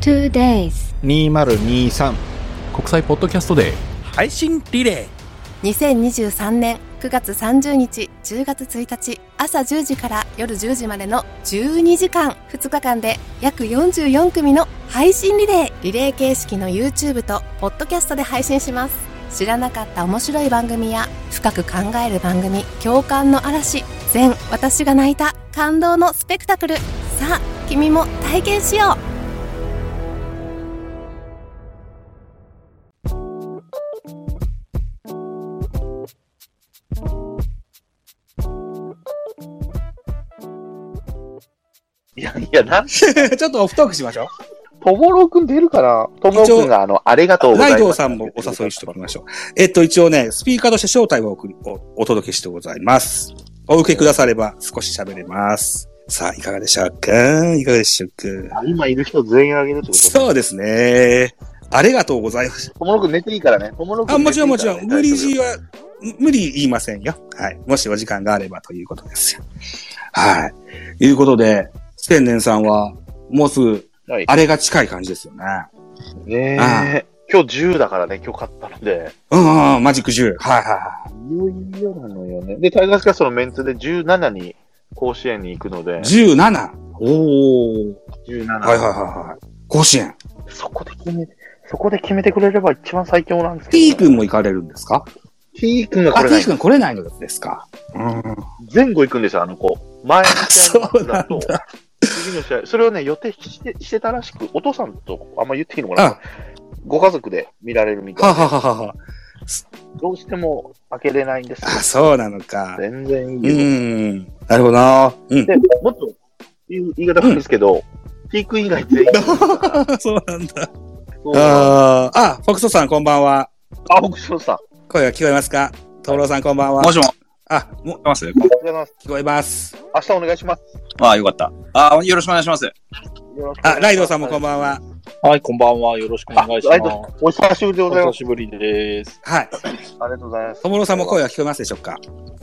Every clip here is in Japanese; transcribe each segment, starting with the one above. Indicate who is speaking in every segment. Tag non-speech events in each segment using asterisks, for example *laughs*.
Speaker 1: two days
Speaker 2: 2023
Speaker 3: 国際ポッドキャストデー
Speaker 4: 配信リレ
Speaker 5: 2023年9月30日10月1日朝10時から夜10時までの12時間2日間で約44組の配信リレーリレー形式の YouTube とポッドキャストで配信します知らなかった面白い番組や深く考える番組共感の嵐全私が泣いた感動のスペクタクルさあ君も体験しよう
Speaker 6: いや、いや、な、
Speaker 2: *laughs* ちょっとオフトークしましょ
Speaker 6: ともろくん出るかなともろくんが、あの、ありがとう
Speaker 2: う。
Speaker 6: ござい
Speaker 2: ラ
Speaker 6: ま
Speaker 2: イ
Speaker 6: す。
Speaker 2: ドウさんもお誘いしておきましょう。えっと、一応ね、スピーカーとして招待をお送りおお届けしてございます。お受けくだされば少し喋れます。さあ、いかがでしょうかいかがでしょうか
Speaker 6: あ今いる人全員あげるってこと
Speaker 2: そうですね。ありがとうございます。
Speaker 6: ともろくん寝ていいからね。ともろく
Speaker 2: あ、
Speaker 6: ん
Speaker 2: も
Speaker 6: 寝
Speaker 2: ち
Speaker 6: て
Speaker 2: ろ
Speaker 6: い
Speaker 2: ん
Speaker 6: い
Speaker 2: も
Speaker 6: か
Speaker 2: ち
Speaker 6: ら
Speaker 2: ろ
Speaker 6: ね、
Speaker 2: ん。無理強いは、無理言いませんよ。はい。もしお時間があればということですよ。はい。いうことで、千年さんは、もうすぐ、
Speaker 6: はい
Speaker 2: あれが近い感じですよね。
Speaker 6: ね
Speaker 2: あ
Speaker 6: え。今日10だからね、今日買ったので。
Speaker 2: うんうん、マジック10。はいはいはい。
Speaker 6: いよいよなのよね。で、タイガースキャストのメンツで17に甲子園に行くので、
Speaker 2: 17。おお。
Speaker 6: 17。
Speaker 2: はいはいはいはい。甲子園。
Speaker 6: そこで決め、そこで決めてくれれば一番最強なんですけど、
Speaker 2: T 君も行かれるんですか
Speaker 6: T 君がこ
Speaker 2: あ、
Speaker 6: れない
Speaker 2: T 君来れないのですか。うん。
Speaker 6: 前後行くんですよ、あの子。前の試合の
Speaker 2: そうな
Speaker 6: だ
Speaker 2: ん
Speaker 6: と、
Speaker 2: だ。
Speaker 6: 次の試合、それをね、予定してしてたらしく、お父さんとあんま言っていいのか
Speaker 2: あ
Speaker 6: な、ご家族で見られるみた
Speaker 2: はい
Speaker 6: な。
Speaker 2: はははは。
Speaker 6: どうしても開けれないんです
Speaker 2: あ、そうなのか。
Speaker 6: 全然いいうよ。
Speaker 2: ん。なるほどな。うん。
Speaker 6: で、もっと言う言い方なんですけど、T 君以外
Speaker 2: *laughs*
Speaker 6: 全員いるか
Speaker 2: *laughs*
Speaker 6: ら。
Speaker 2: そうなんだ。
Speaker 6: そうあ、
Speaker 2: あーあ、フォクソさんこんばんは。
Speaker 6: 僕、翔さん。
Speaker 2: 声が聞こえますかト郎さんこんばんは。
Speaker 4: もしも、
Speaker 2: あ、もう
Speaker 4: します
Speaker 6: おはようございます。
Speaker 2: 聞こえます。
Speaker 6: 明日お願いします。
Speaker 4: ああ、よかった。ああ、よろしくお願いします。
Speaker 6: よろしくお願いします
Speaker 2: あ、ライドさんもこんばんは。
Speaker 7: はい、こんばんは。よろしくお願いし
Speaker 6: あライ
Speaker 7: ま
Speaker 6: ド
Speaker 7: す
Speaker 6: さん。お久しぶりでご
Speaker 7: お
Speaker 6: ざいま
Speaker 7: 久
Speaker 6: す。
Speaker 7: しぶりです。
Speaker 2: はい。
Speaker 6: ありがとうございます。
Speaker 2: ともろさんも声が聞こえますでしょうか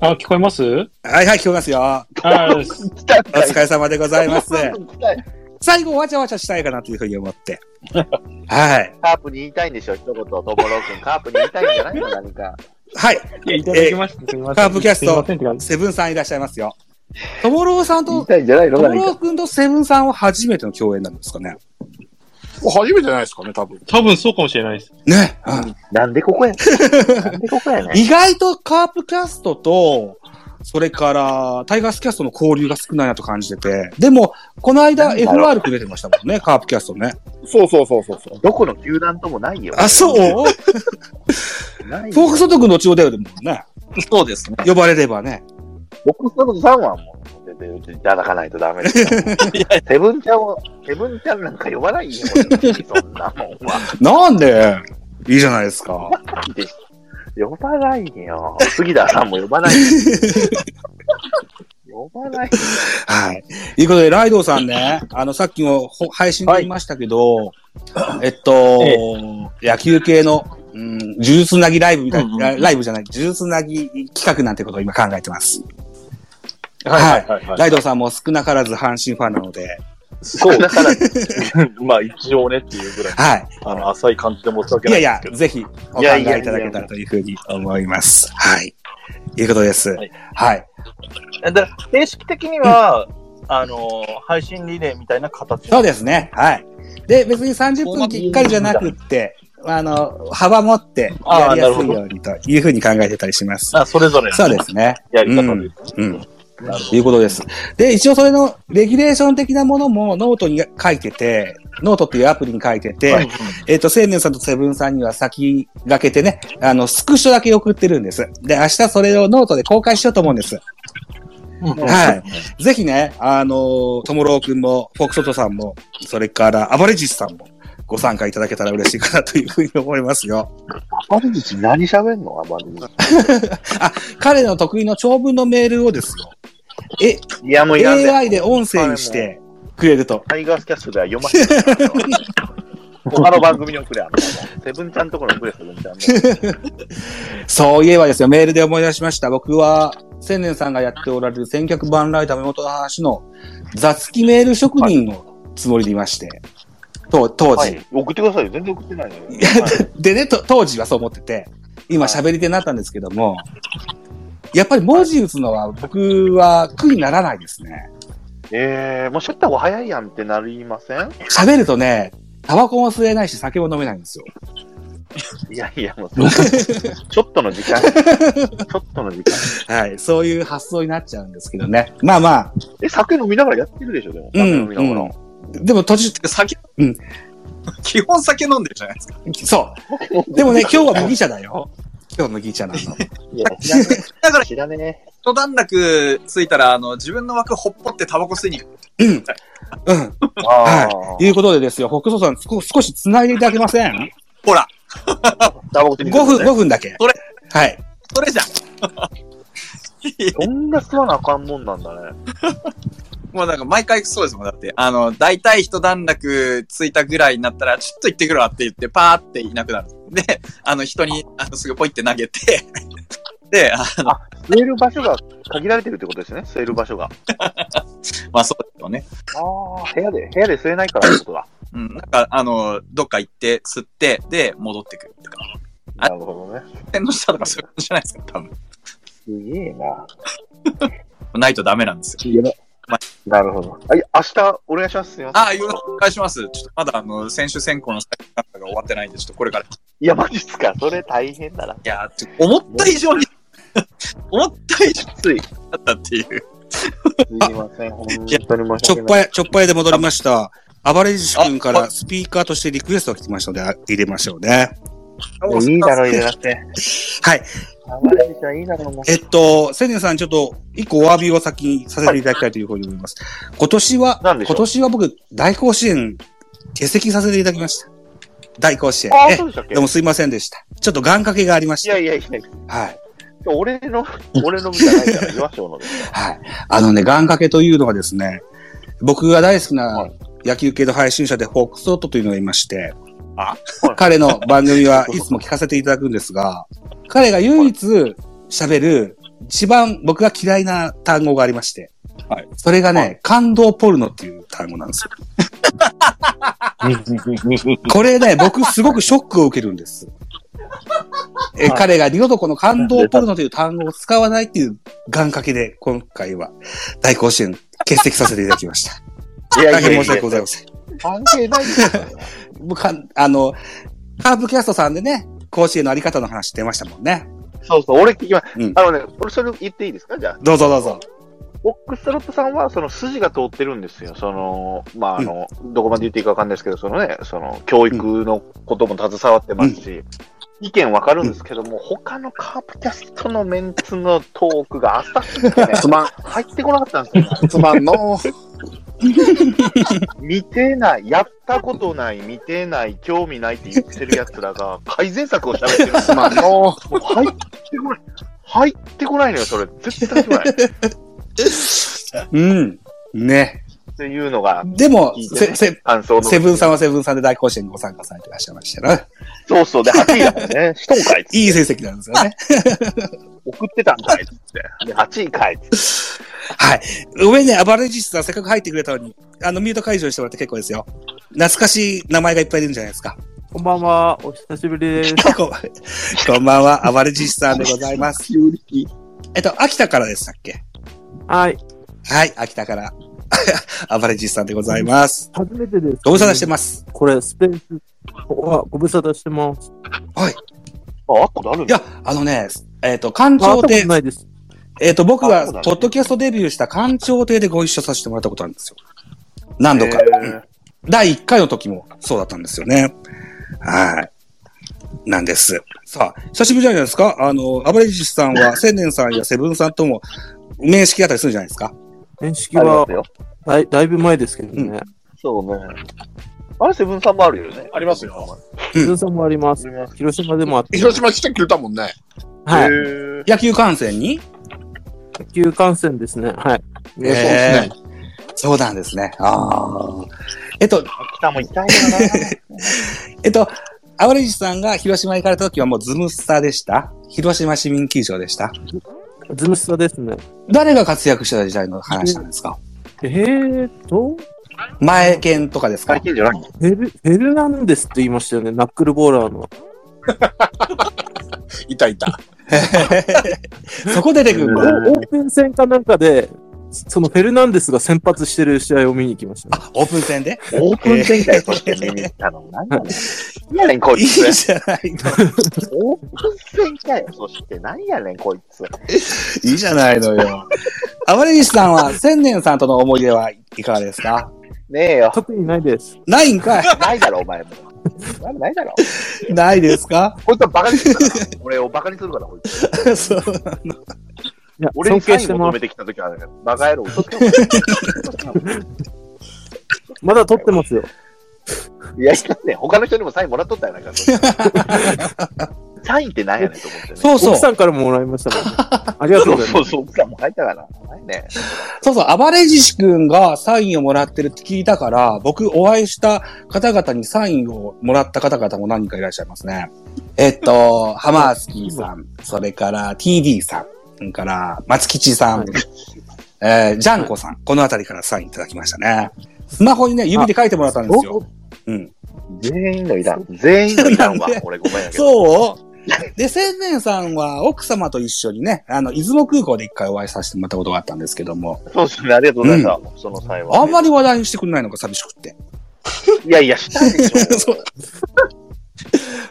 Speaker 7: あ、聞こえます
Speaker 2: はいはい、聞こえますよ。お
Speaker 7: あ
Speaker 6: 来たんかい
Speaker 2: 疲れ様でござい
Speaker 6: *laughs*
Speaker 2: ます。
Speaker 6: 来たい
Speaker 2: 最後、わちゃわちゃしたいかなというふうに思って。はい。
Speaker 6: カープに言いたいんでしょ、一言、とぼろくん。カープに言いたいんじゃないの、
Speaker 7: *laughs*
Speaker 6: 何か。
Speaker 2: はい。
Speaker 7: いや、いただきました。すみません。
Speaker 2: カープキャスト
Speaker 7: すみませんって感じ。
Speaker 2: セブンさんいらっしゃいますよ。ともろうさん
Speaker 6: 言い
Speaker 2: と、
Speaker 6: たいんじゃないの、
Speaker 2: とも
Speaker 6: 何
Speaker 2: ろう
Speaker 6: か。
Speaker 2: くんとセブンさんは初めての共演なんですかね。
Speaker 8: 初めてじゃないですかね、多分。
Speaker 7: 多分そうかもしれないです。
Speaker 2: ね。うん
Speaker 6: なんでここやね
Speaker 7: *laughs*
Speaker 6: ん。なんでここやねん。
Speaker 2: 意外とカープキャストと、それから、タイガースキャストの交流が少ないなと感じてて。でも、この間
Speaker 6: なんだろ
Speaker 2: FR く出てましたもんね、カープキャストね。
Speaker 8: そうそうそうそうそう。
Speaker 6: どこの球団ともないよ。
Speaker 2: あ、そうフォ
Speaker 6: ない
Speaker 2: ークソト君の血を出るもんね。
Speaker 4: そうですね。
Speaker 2: 呼ばれればね。
Speaker 6: 僕、その3はもう、出てうちいただかないとダメですよ。セブンちゃんを、セブンちゃんなんか呼ばないよ、そんなもんは。
Speaker 2: なんでいいじゃないですか。
Speaker 6: 呼ばないよ。杉田さんも呼
Speaker 7: *laughs*
Speaker 6: ばないよ。呼ばないよ。
Speaker 2: はい。ということで、ライドウさんね、あの、さっきもほ配信で言いましたけど、えっと、野球系の、うん、呪術なぎライブみたいな、ライブじゃない、呪術なぎ企画なんてことを今考えてます。はい。
Speaker 7: はいは
Speaker 2: ライドウさんも少なからず阪神ファンなので、
Speaker 7: そう。
Speaker 6: だから、い
Speaker 7: まあ、一応ねっていうぐらい、
Speaker 2: は
Speaker 7: あの、浅い感じで申し訳
Speaker 2: い。い
Speaker 7: な
Speaker 2: や
Speaker 7: い
Speaker 2: いや
Speaker 7: んですけ、ど。
Speaker 2: ぜひお考えいただけたらというふうに思います。はい。いうことです。
Speaker 7: はい
Speaker 2: はい。
Speaker 7: だから正式的には、あの、配信リレーみたいな形
Speaker 2: そうですね。はい。で、別に30分きっかりじゃなくって、あの、幅持ってやりやすいようにというふうに考えてたりします。
Speaker 7: あ、それぞれ
Speaker 2: そうですね。
Speaker 7: やり方です。
Speaker 2: うん。いうことです。で、一応それのレギュレーション的なものもノートに書いてて、ノートっていうアプリに書いてて、えっ、と、千年さんとセブンさんには先駆けてね、あの、スクショだけ送ってるんです。で、明日それをノートで公開しようと思うんです。はい。ぜひね、あのー、ともろうくんも、フォクソトさんも、それから、アバレジスさんも、ご参加いただけたら嬉しいかなというふうに思いますよ。
Speaker 6: アバルジ何喋んのアバルジ
Speaker 2: 彼の得意の長文のメールをですよ。え、
Speaker 6: いや、もういらんで
Speaker 2: AI で音声にしてくれると。
Speaker 6: タイガースキャストでは読ませてもらうから。他の番組に送れ、あのセブンちゃんところに送れ、セブンちゃんの。
Speaker 2: そういえばですよ、メールで思い出しました。僕は、千年さんがやっておられる千客万来ダメ元の話の雑記メール職人のつもりでいまして。と当
Speaker 6: は
Speaker 2: 時。
Speaker 6: い。送ってくださいよ。全然送ってないのよ。
Speaker 2: でね、と当時はそう思ってて、今喋り手になったんですけども、やっぱり文字打つのは僕は苦にならないですね。
Speaker 6: えー、もうしょった方が早いやんってなりません
Speaker 2: 喋るとね、タバコも吸えないし酒も飲めないんですよ。
Speaker 6: いやいや、もうそんな、ちょっとの時間。ちょっとの時間。
Speaker 2: はい。そういう発想になっちゃうんですけどね。まあまあ、
Speaker 6: え、酒飲みながらやってるでしょ、でも。
Speaker 2: うん
Speaker 6: 酒飲みながら。
Speaker 2: でも途中、
Speaker 4: 酒、
Speaker 2: うん
Speaker 4: 基本酒飲んでるじゃないですか。
Speaker 2: そう。でもね、今日は麦茶だよ。今日の麦茶なの。
Speaker 6: いや、知らね
Speaker 4: だから
Speaker 6: え。、知らねえ。
Speaker 4: 一段落ついたら、あの、自分の枠ほっぽってタバコ吸いに行く。
Speaker 2: うん。うん。
Speaker 6: あ
Speaker 2: ということでですよ、北斗さん、少少し繋いでいただけません
Speaker 4: ほら、
Speaker 6: あ。5
Speaker 2: ?5 分、5分だけ。
Speaker 4: それ
Speaker 2: はい。
Speaker 4: それじゃん。
Speaker 6: そんな吸わなあかんもんなんだね。
Speaker 4: もうなんか毎回そうですもん。だって、あの、大体一段落ついたぐらいになったら、ちょっと行ってくるわって言って、パーっていなくなる。で、あの、人に、あの、すぐポイって投げて、 *laughs* で、あ
Speaker 6: 吸える場所が限られてるってことですね、吸える場所が。
Speaker 4: まあそうですよね。
Speaker 6: ああ、部屋で、部屋で吸えないからってことだ。
Speaker 4: うん。なんか、あの、どっか行って、吸って、で、戻ってくるとか。
Speaker 6: なるほどね。
Speaker 4: 天の下とかそういうことじゃないですか、多分。
Speaker 6: すげえな。
Speaker 4: ないとダメなんですよ。
Speaker 6: なるほど。はい、明日、お願いします。すいません。
Speaker 4: ああ、よろしくお願いします。ちょっとまだ、あの、選手選考の最後が終わってないんで、ちょっとこれから。い
Speaker 6: いや、マジっすか。それ大変だな。
Speaker 4: やー、ちょ思った以上に、 *laughs* 思った以上に
Speaker 6: つい。す
Speaker 4: だったっていう。
Speaker 6: いません。本当に申し
Speaker 2: ちょ
Speaker 6: 訳
Speaker 2: っ
Speaker 6: ない。
Speaker 2: ぱい、ちょっぱいで戻りました。暴れじ君からスピーカーとしてリクエストが来てましたので、あ入れましょうね。
Speaker 6: いいだろ、入れなくて。
Speaker 2: *laughs* はい。
Speaker 6: あまりじゃいいだろ、もう。
Speaker 2: えっと、千年さん、ちょっと、一個お詫びを先にさせていただきたいというふうに思います。今年は、
Speaker 6: 何でしょ
Speaker 2: 今
Speaker 6: う
Speaker 2: 年は僕、大甲子園、欠席させていただきました。大甲子園。
Speaker 6: ああ、
Speaker 2: え
Speaker 6: そうでしたっけ
Speaker 2: えどうもすいませんでした。ちょっと願掛けがありまし
Speaker 6: い
Speaker 2: て
Speaker 6: や。いやいや、
Speaker 2: はい。
Speaker 6: 俺の、俺のじゃないから、岩章のです。
Speaker 2: はい。あのね、願掛けというのはですね、僕が大好きな野球系の配信者で、フォックストットというのがいまして、
Speaker 4: あ
Speaker 2: 彼の番組はいつも聞かせていただくんですが、彼が唯一喋る一番僕が嫌いな単語がありまして、
Speaker 4: はい
Speaker 2: それがね、感動ポルノっていう単語なん
Speaker 6: *laughs*
Speaker 2: ですよ。これね、僕すごくショックを受けるんです。え彼が二度とこの感動ポルノという単語を使わないっていう願掛けで、今回は大甲子園欠席させていただきました。
Speaker 6: *laughs* いや
Speaker 2: 大変申し訳ございません。
Speaker 6: 関係ないですよ。
Speaker 2: 僕かあの、カープキャストさんでね、甲子園のあり方の話出ましたもんね。
Speaker 6: そうそう、俺聞きま
Speaker 2: うん
Speaker 6: あのね、俺それ言っていいですかじゃあ。
Speaker 2: どうぞどうぞ。
Speaker 6: ボックストロットさんは、その筋が通ってるんですよ。その、まあ、あの、どこまで言っていいかわかんないですけど、そのね、その、教育のことも携わってますし、意見わかるんですけども、他のカープキャストのメンツのトークが浅すぎ
Speaker 2: *laughs*
Speaker 6: てね、
Speaker 8: つま
Speaker 6: 入ってこなかったんですよ。
Speaker 8: ん、つまんの。
Speaker 6: 見てない、やったことない、見てない、興味ないって言ってる奴らが、改善策を喋ってるんです
Speaker 8: つまんの。
Speaker 6: もう入ってこない。入ってこないのよ、それ。絶対来ない。っ
Speaker 2: うん。ね。
Speaker 6: ていうのが、
Speaker 2: でも、
Speaker 6: いいです
Speaker 2: せ、
Speaker 6: ね
Speaker 2: せ、
Speaker 6: 感想の。
Speaker 2: セブンさんはセブンさんで大甲子園にご参加されてらっしゃいましたな。
Speaker 6: そうそう。で、8位だもんね。 *laughs* しとんかいっつって
Speaker 2: いい成績なんですよね。
Speaker 6: 送ってたんかいっつって。で、8位かいっつって。
Speaker 2: はい。上ね、アバレージスさんせっかく入ってくれたのに、あの、ミュート解除してもらって結構ですよ。懐かしい名前がいっぱいいるんじゃないですか。
Speaker 1: こんばんは、お久しぶりです。
Speaker 2: こんこんばんは、アバレージスさんでございます。えっと、秋田からでしたっけ
Speaker 1: はい、
Speaker 2: はい、秋田から。 *laughs* アバレージスさんでございます。
Speaker 1: 初めてです。
Speaker 2: ご無沙汰してます。
Speaker 1: これ、スペース、はご無沙汰してます。
Speaker 6: あ、あったことあるん
Speaker 2: い
Speaker 6: だ。
Speaker 2: や、あのね、えっ、と、官
Speaker 1: あ、会っ
Speaker 2: 庁
Speaker 1: たこ
Speaker 2: 亭
Speaker 1: と、ないです。
Speaker 2: えっ、と、僕
Speaker 6: あそう
Speaker 2: が
Speaker 6: だ、ね
Speaker 2: ポッドキャストデビューした官庁亭でご一緒させてもらったことあるんですよ。何度か。
Speaker 6: え
Speaker 2: 第1回の時もそうだったんですよね。はい。なんです。さあ、久しぶりじゃないですかあの、アバレージスさん
Speaker 6: *laughs*
Speaker 2: は、千年さんやセブンさんとも、面識あったりするんじゃないですか
Speaker 1: 面識
Speaker 6: ー、ありま
Speaker 1: は
Speaker 6: すよ。
Speaker 1: だいだいぶ前ですけど
Speaker 2: うん
Speaker 1: ね。
Speaker 6: そうね。あれ、セブンさんもあるよね。
Speaker 7: ありますよ。
Speaker 2: うん
Speaker 1: ズ、ンさんもあります。広島でもあって。
Speaker 8: 広島来てくれたもんね。
Speaker 6: へ
Speaker 1: はい。
Speaker 6: ー
Speaker 2: 野球観戦に
Speaker 1: 野球観戦ですね。はい。
Speaker 2: え
Speaker 1: そう
Speaker 2: えそうなんですね。ああ。えっと、
Speaker 6: 秋田も痛
Speaker 2: *laughs*
Speaker 6: いよ
Speaker 2: えっと、アバレージスさんが広島に行かれた時はもうズムスタでした広島市民球場でした
Speaker 1: ズムスタですね。
Speaker 2: 誰が活躍してた時代の話なんですか
Speaker 1: えーと、
Speaker 2: 前剣とかですか
Speaker 6: 最近じゃないの
Speaker 1: フェル、フェルナンデスって言いましたよね、ナックルボーラーの。
Speaker 8: いたいた。
Speaker 2: *laughs* そこ出てくる
Speaker 1: オ
Speaker 2: の
Speaker 1: ープン戦かなんかで、そのフェルナンデスが先発してる試合を見に行きましたね。
Speaker 2: オープン戦で
Speaker 6: オープン戦みたいとして見に行ったの何やねん。何やねん、こ
Speaker 2: い
Speaker 6: い
Speaker 2: い
Speaker 6: つ。
Speaker 2: じゃないの。
Speaker 6: オープン戦かよ。そして何やねん、こいつ。
Speaker 2: いいじゃないのよ。あまりにしさんは、千年さんとの思い出はいかがですか
Speaker 6: ねえ
Speaker 2: *laughs*
Speaker 6: よ。
Speaker 1: 特にないです。
Speaker 2: ないんかい
Speaker 6: ないだろ、お前も。お前もないだろ。
Speaker 2: ないですか *laughs*
Speaker 6: こいつはバカにするから。俺をバカにするから、こいつ。
Speaker 2: そう。
Speaker 1: いや、
Speaker 6: 俺
Speaker 1: 尊
Speaker 6: にサ
Speaker 1: 敬
Speaker 6: イ
Speaker 1: し
Speaker 6: ン
Speaker 1: て
Speaker 6: 求
Speaker 1: ます
Speaker 6: め。てきた時はね、バカ
Speaker 2: *laughs*
Speaker 6: 野郎。
Speaker 1: まだ取ってますよ。
Speaker 6: いや、いやね、他の人にもサインもらっとったやな
Speaker 2: *laughs*
Speaker 6: いか。それサインって何やねんと思ってね。
Speaker 2: そうそう
Speaker 1: 奥。さんからももらいましたもんね。ありがとうござい
Speaker 6: そ
Speaker 1: ま
Speaker 6: う
Speaker 1: す。
Speaker 6: そう、奥さんも入ったから。ないね。
Speaker 2: そうそう、暴れじしくんがサインをもらってるって聞いたから、僕お会いした方々にサインをもらった方々も何人かいらっしゃいますね。えっと、ハマースキーさん、それから TD さん、それから松吉さん、
Speaker 1: はい
Speaker 2: えージャンコさん、このあたりからサインいただきましたね。スマホにね、指で書いてもらったんですよ。うん。
Speaker 6: 全員のいらん。全員のいらんわ。俺ごめんやけど。
Speaker 2: そうで、千年さんは奥様と一緒にね、あの、出雲空港で一回お会いさせてもらったことがあったんですけども、
Speaker 6: そうですね。ありがとうございました。その際は。
Speaker 2: あんまり話題にしてくれないのが寂しくって。
Speaker 6: いやいや、したいで
Speaker 2: *laughs*
Speaker 6: し
Speaker 2: そう。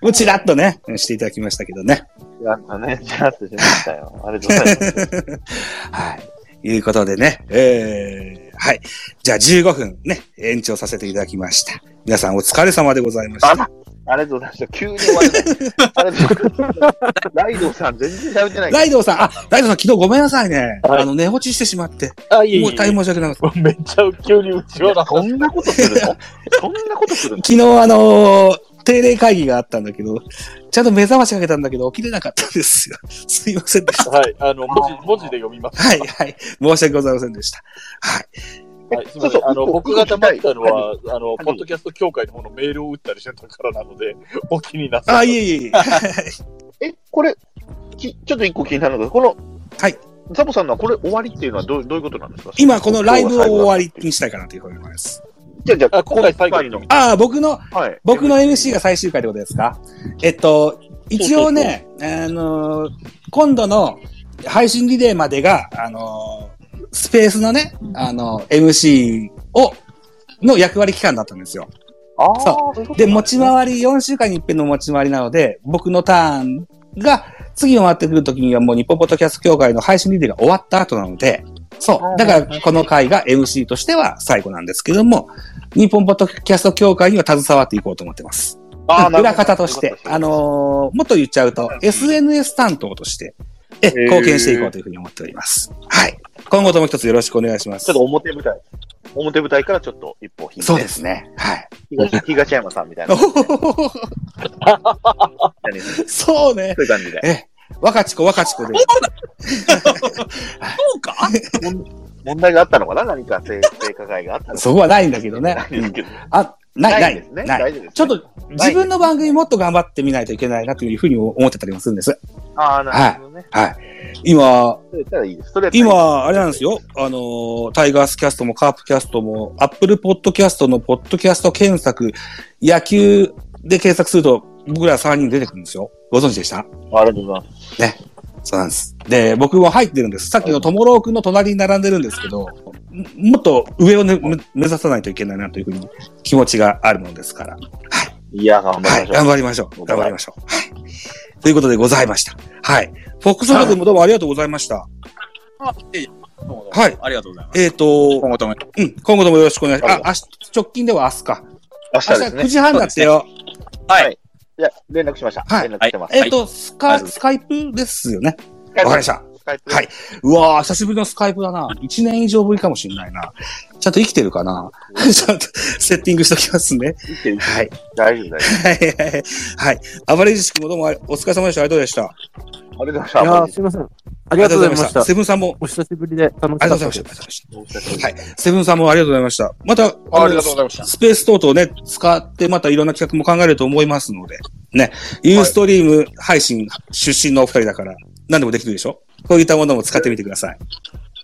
Speaker 2: もうちらっとね、していただきましたけどね。
Speaker 6: ょ。なんかね、ちらっとしましたよ。ありがとうござい
Speaker 2: *laughs*
Speaker 6: ます。
Speaker 2: はい。いうことでね、えー、はい。じゃあ15分ね、延長させていただきました。皆さんお疲れ様でございました。
Speaker 6: あらありがとうございました。急に終わりだ。ありがとうございました。ライドさん全然喋ってない
Speaker 2: ライドウさん、あ、ライドウさん昨日ごめんなさいね。
Speaker 7: はい
Speaker 2: あの、寝落ちしてしまって。
Speaker 7: あ、いえい
Speaker 2: も
Speaker 7: え
Speaker 2: う大変申し訳なかった。
Speaker 7: めっちゃ急にうちわだ。
Speaker 6: そんなことするのそんなことするの
Speaker 2: 昨日あのー定例会議があったんだけど、ちゃんと目覚ましかけたんだけど起きれなかったんですよ。すいませんでした。
Speaker 7: はい、あの、文字、文字で読みます。
Speaker 2: はい、はい。申し訳ございませんでした。はい。
Speaker 7: はい、すみません。あの、僕が黙ったのは、あの、ポッドキャスト協会の方のメールを打ったりしてたからなので、お気になさ
Speaker 2: あ、
Speaker 7: い。
Speaker 2: いえいえいえ。
Speaker 6: え、これ、きちょっと一個気になるのが、この、
Speaker 2: はい。
Speaker 6: ザボさんのはこれ終わりっていうのはどうどういうことなんですか
Speaker 2: 今このライブを終わり
Speaker 6: に。
Speaker 2: にしたいかなというふうに思います。
Speaker 6: じゃあ、じゃあ、
Speaker 7: あ今回最後
Speaker 6: 今回の。
Speaker 2: ああ、僕の、
Speaker 6: はい。
Speaker 2: 僕の MC が最終回ってことですかえっと、一応ね、あのー今度の配信リレーまでが、あのースペースのね、あのー MC を、の役割期間だったんですよ。
Speaker 6: ああ、
Speaker 2: そ
Speaker 6: そういうこと
Speaker 2: で、持ち回り、4週間に一遍の持ち回りなので、僕のターンが、次回ってくるときにはもう日本ポッドキャスト協会の配信リレーが終わった後なので、そう。だから、この回が MC としては最後なんですけども、日本ポッドキャスト協会には携わっていこうと思ってます。
Speaker 6: あーなるほど
Speaker 2: 裏方として、あのーもっと言っちゃうと、SNS 担当として、え、貢献していこうというふうに思っております。はい。今後とも一つよろしくお願いします
Speaker 6: ちょっ。と表舞台。表舞台からちょっと一歩引いて。
Speaker 2: そうですね。はい。
Speaker 6: 東。東山さんみたい
Speaker 2: お *laughs*
Speaker 6: な。
Speaker 2: ほほほほ
Speaker 6: そ
Speaker 2: そうね。
Speaker 6: ういう感じで。
Speaker 2: え、若ち子若ち子で。
Speaker 4: そうか
Speaker 6: 問題があったのかな何か性性加害があったの
Speaker 2: *laughs*
Speaker 6: か
Speaker 2: そこはないんだけどね
Speaker 6: な。いですけど。
Speaker 2: あ、ない、な
Speaker 6: で
Speaker 2: い
Speaker 6: す、ね。
Speaker 2: ない。
Speaker 6: 大丈夫ですね。
Speaker 2: ちょっと、自分の番組もっと頑張ってみないといけないなというふうに思ってたりもするんです。
Speaker 6: ああ、なるほどね。
Speaker 2: はい。今、
Speaker 6: それやったらいいです。それやったらいいです
Speaker 2: 今、あれなんですよ。あのー、タイガースキャストもカープキャストも、アップルポッドキャストのポッドキャスト検索、野球で検索すると、僕ら3人出てくるんですよ。ご存知でした
Speaker 6: ありがとうございます。
Speaker 2: そうなんです。で、僕も入ってるんです。さっきのトモロー君の隣に並んでるんですけど、んもっと上をね、む目指さないといけないなというふうに気持ちがあるものですから。
Speaker 6: いや、頑張りま
Speaker 2: は
Speaker 6: し
Speaker 2: い、
Speaker 6: ょう。
Speaker 2: 頑張りましょう。頑張りましょう。はい。ということでございました。はい。フォックスハグもどうもありがとうございました。はい
Speaker 4: ありがとうございます。
Speaker 2: えっ、と
Speaker 4: 今、後ともよ
Speaker 2: うん、今後ともよろしくお願いします。あ、明日、直近では明日か。
Speaker 6: 明日
Speaker 2: 明
Speaker 6: で
Speaker 2: 日
Speaker 6: すね
Speaker 2: 9。時半だってよ。
Speaker 6: いや、連絡しました。
Speaker 2: はい
Speaker 6: 連絡してます。
Speaker 2: えっ、と、スカ、
Speaker 4: はい
Speaker 2: スカイプですよね。
Speaker 6: わ
Speaker 2: わかりました。
Speaker 6: スカイプ
Speaker 2: はい。うわー、久しぶりのスカイプだな。1年以上ぶりかもしれないな。ちゃんと生きてるかなちゃんと *laughs* セッティングしときますね。
Speaker 6: 生きてる
Speaker 2: はい。
Speaker 6: 大丈夫、大丈
Speaker 2: はいはいはい。はい。暴れじしくもどうもお疲れ様でした。ありがとうございました。
Speaker 6: 夫。ありがとうご
Speaker 1: い
Speaker 6: ざい
Speaker 1: や
Speaker 6: ま
Speaker 1: ー
Speaker 6: し
Speaker 1: すいません。ありがとうございました
Speaker 2: セ。ブンさんも、
Speaker 1: お久しぶりで楽し
Speaker 2: あり
Speaker 1: か
Speaker 2: がと
Speaker 1: った
Speaker 2: うご
Speaker 1: で
Speaker 2: ざい
Speaker 1: す
Speaker 2: ま。した。
Speaker 6: た。
Speaker 2: はい。セブンさんもありがとうございました。また、
Speaker 8: ありがとうございました。
Speaker 2: スペース等々ね、使ってまたいろんな企画も考えると思いますので、ね、ユーストリーム配信出身のお二人だから、何でもできるでしょこういったものも使ってみてください。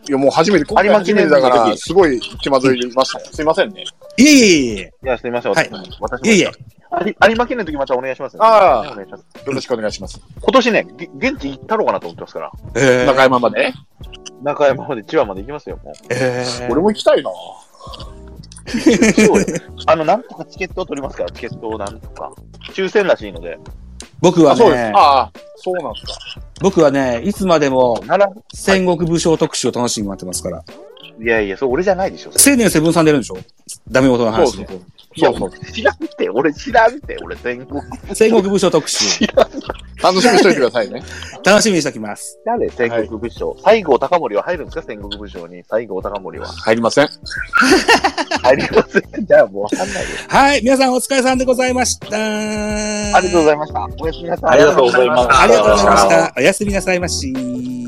Speaker 8: いや、もう初めて、今回初めてだ
Speaker 6: 有
Speaker 8: か
Speaker 6: 馬記念日の
Speaker 8: ら、
Speaker 6: 時
Speaker 8: すごい気まずいましたよ。すいませんね。
Speaker 2: いえいえいえ、
Speaker 6: いや、すみません。
Speaker 2: はい
Speaker 6: 私も私も
Speaker 2: いえいえ、
Speaker 6: あり有馬記念の時またお願いしますね。
Speaker 8: ああ
Speaker 6: お願いします。
Speaker 8: よろしくお願いします。
Speaker 6: 今年ね、げ現地行ったろうかなと思ってますから。
Speaker 2: えー
Speaker 8: 中山まで。
Speaker 6: 中山まで千葉まで行きますよ、もう。
Speaker 2: え
Speaker 8: 俺も行きたいな。
Speaker 6: そ
Speaker 2: *laughs*
Speaker 6: うよあの、なんとかチケットを取りますから、チケットをなんとか。抽選らしいので。
Speaker 2: 僕は
Speaker 8: あ、そうです。
Speaker 2: ね、
Speaker 8: ああ、そうなんですか。
Speaker 2: 僕はね、いつまでも
Speaker 6: なら、
Speaker 2: 戦国武将特集を楽しみに待ってますから。
Speaker 6: いやいや、そう、俺じゃないでしょ。それ
Speaker 2: 青年セブンさん出るんでしょダメ元の
Speaker 8: そう
Speaker 2: 話
Speaker 8: そう
Speaker 2: で。
Speaker 8: そう。
Speaker 6: いや、
Speaker 8: そう
Speaker 6: 知らんって、俺知らんって、俺全国。
Speaker 2: 戦国武将特集。
Speaker 8: 楽しみにしといてくださいね。
Speaker 2: 楽しみにしておきます。
Speaker 6: 誰戦国武将。西郷隆盛は入るんですか戦国武将に。西郷隆盛は。
Speaker 8: 入りません。
Speaker 6: 入り *laughs* ません。じゃあもうわかんないよ。
Speaker 2: はい、皆さんお疲れさんでございました。あ
Speaker 6: ありがとうございました。おやすみなさい。
Speaker 7: ありがとうございました
Speaker 2: ありがとうございました。おやすみなさいまし。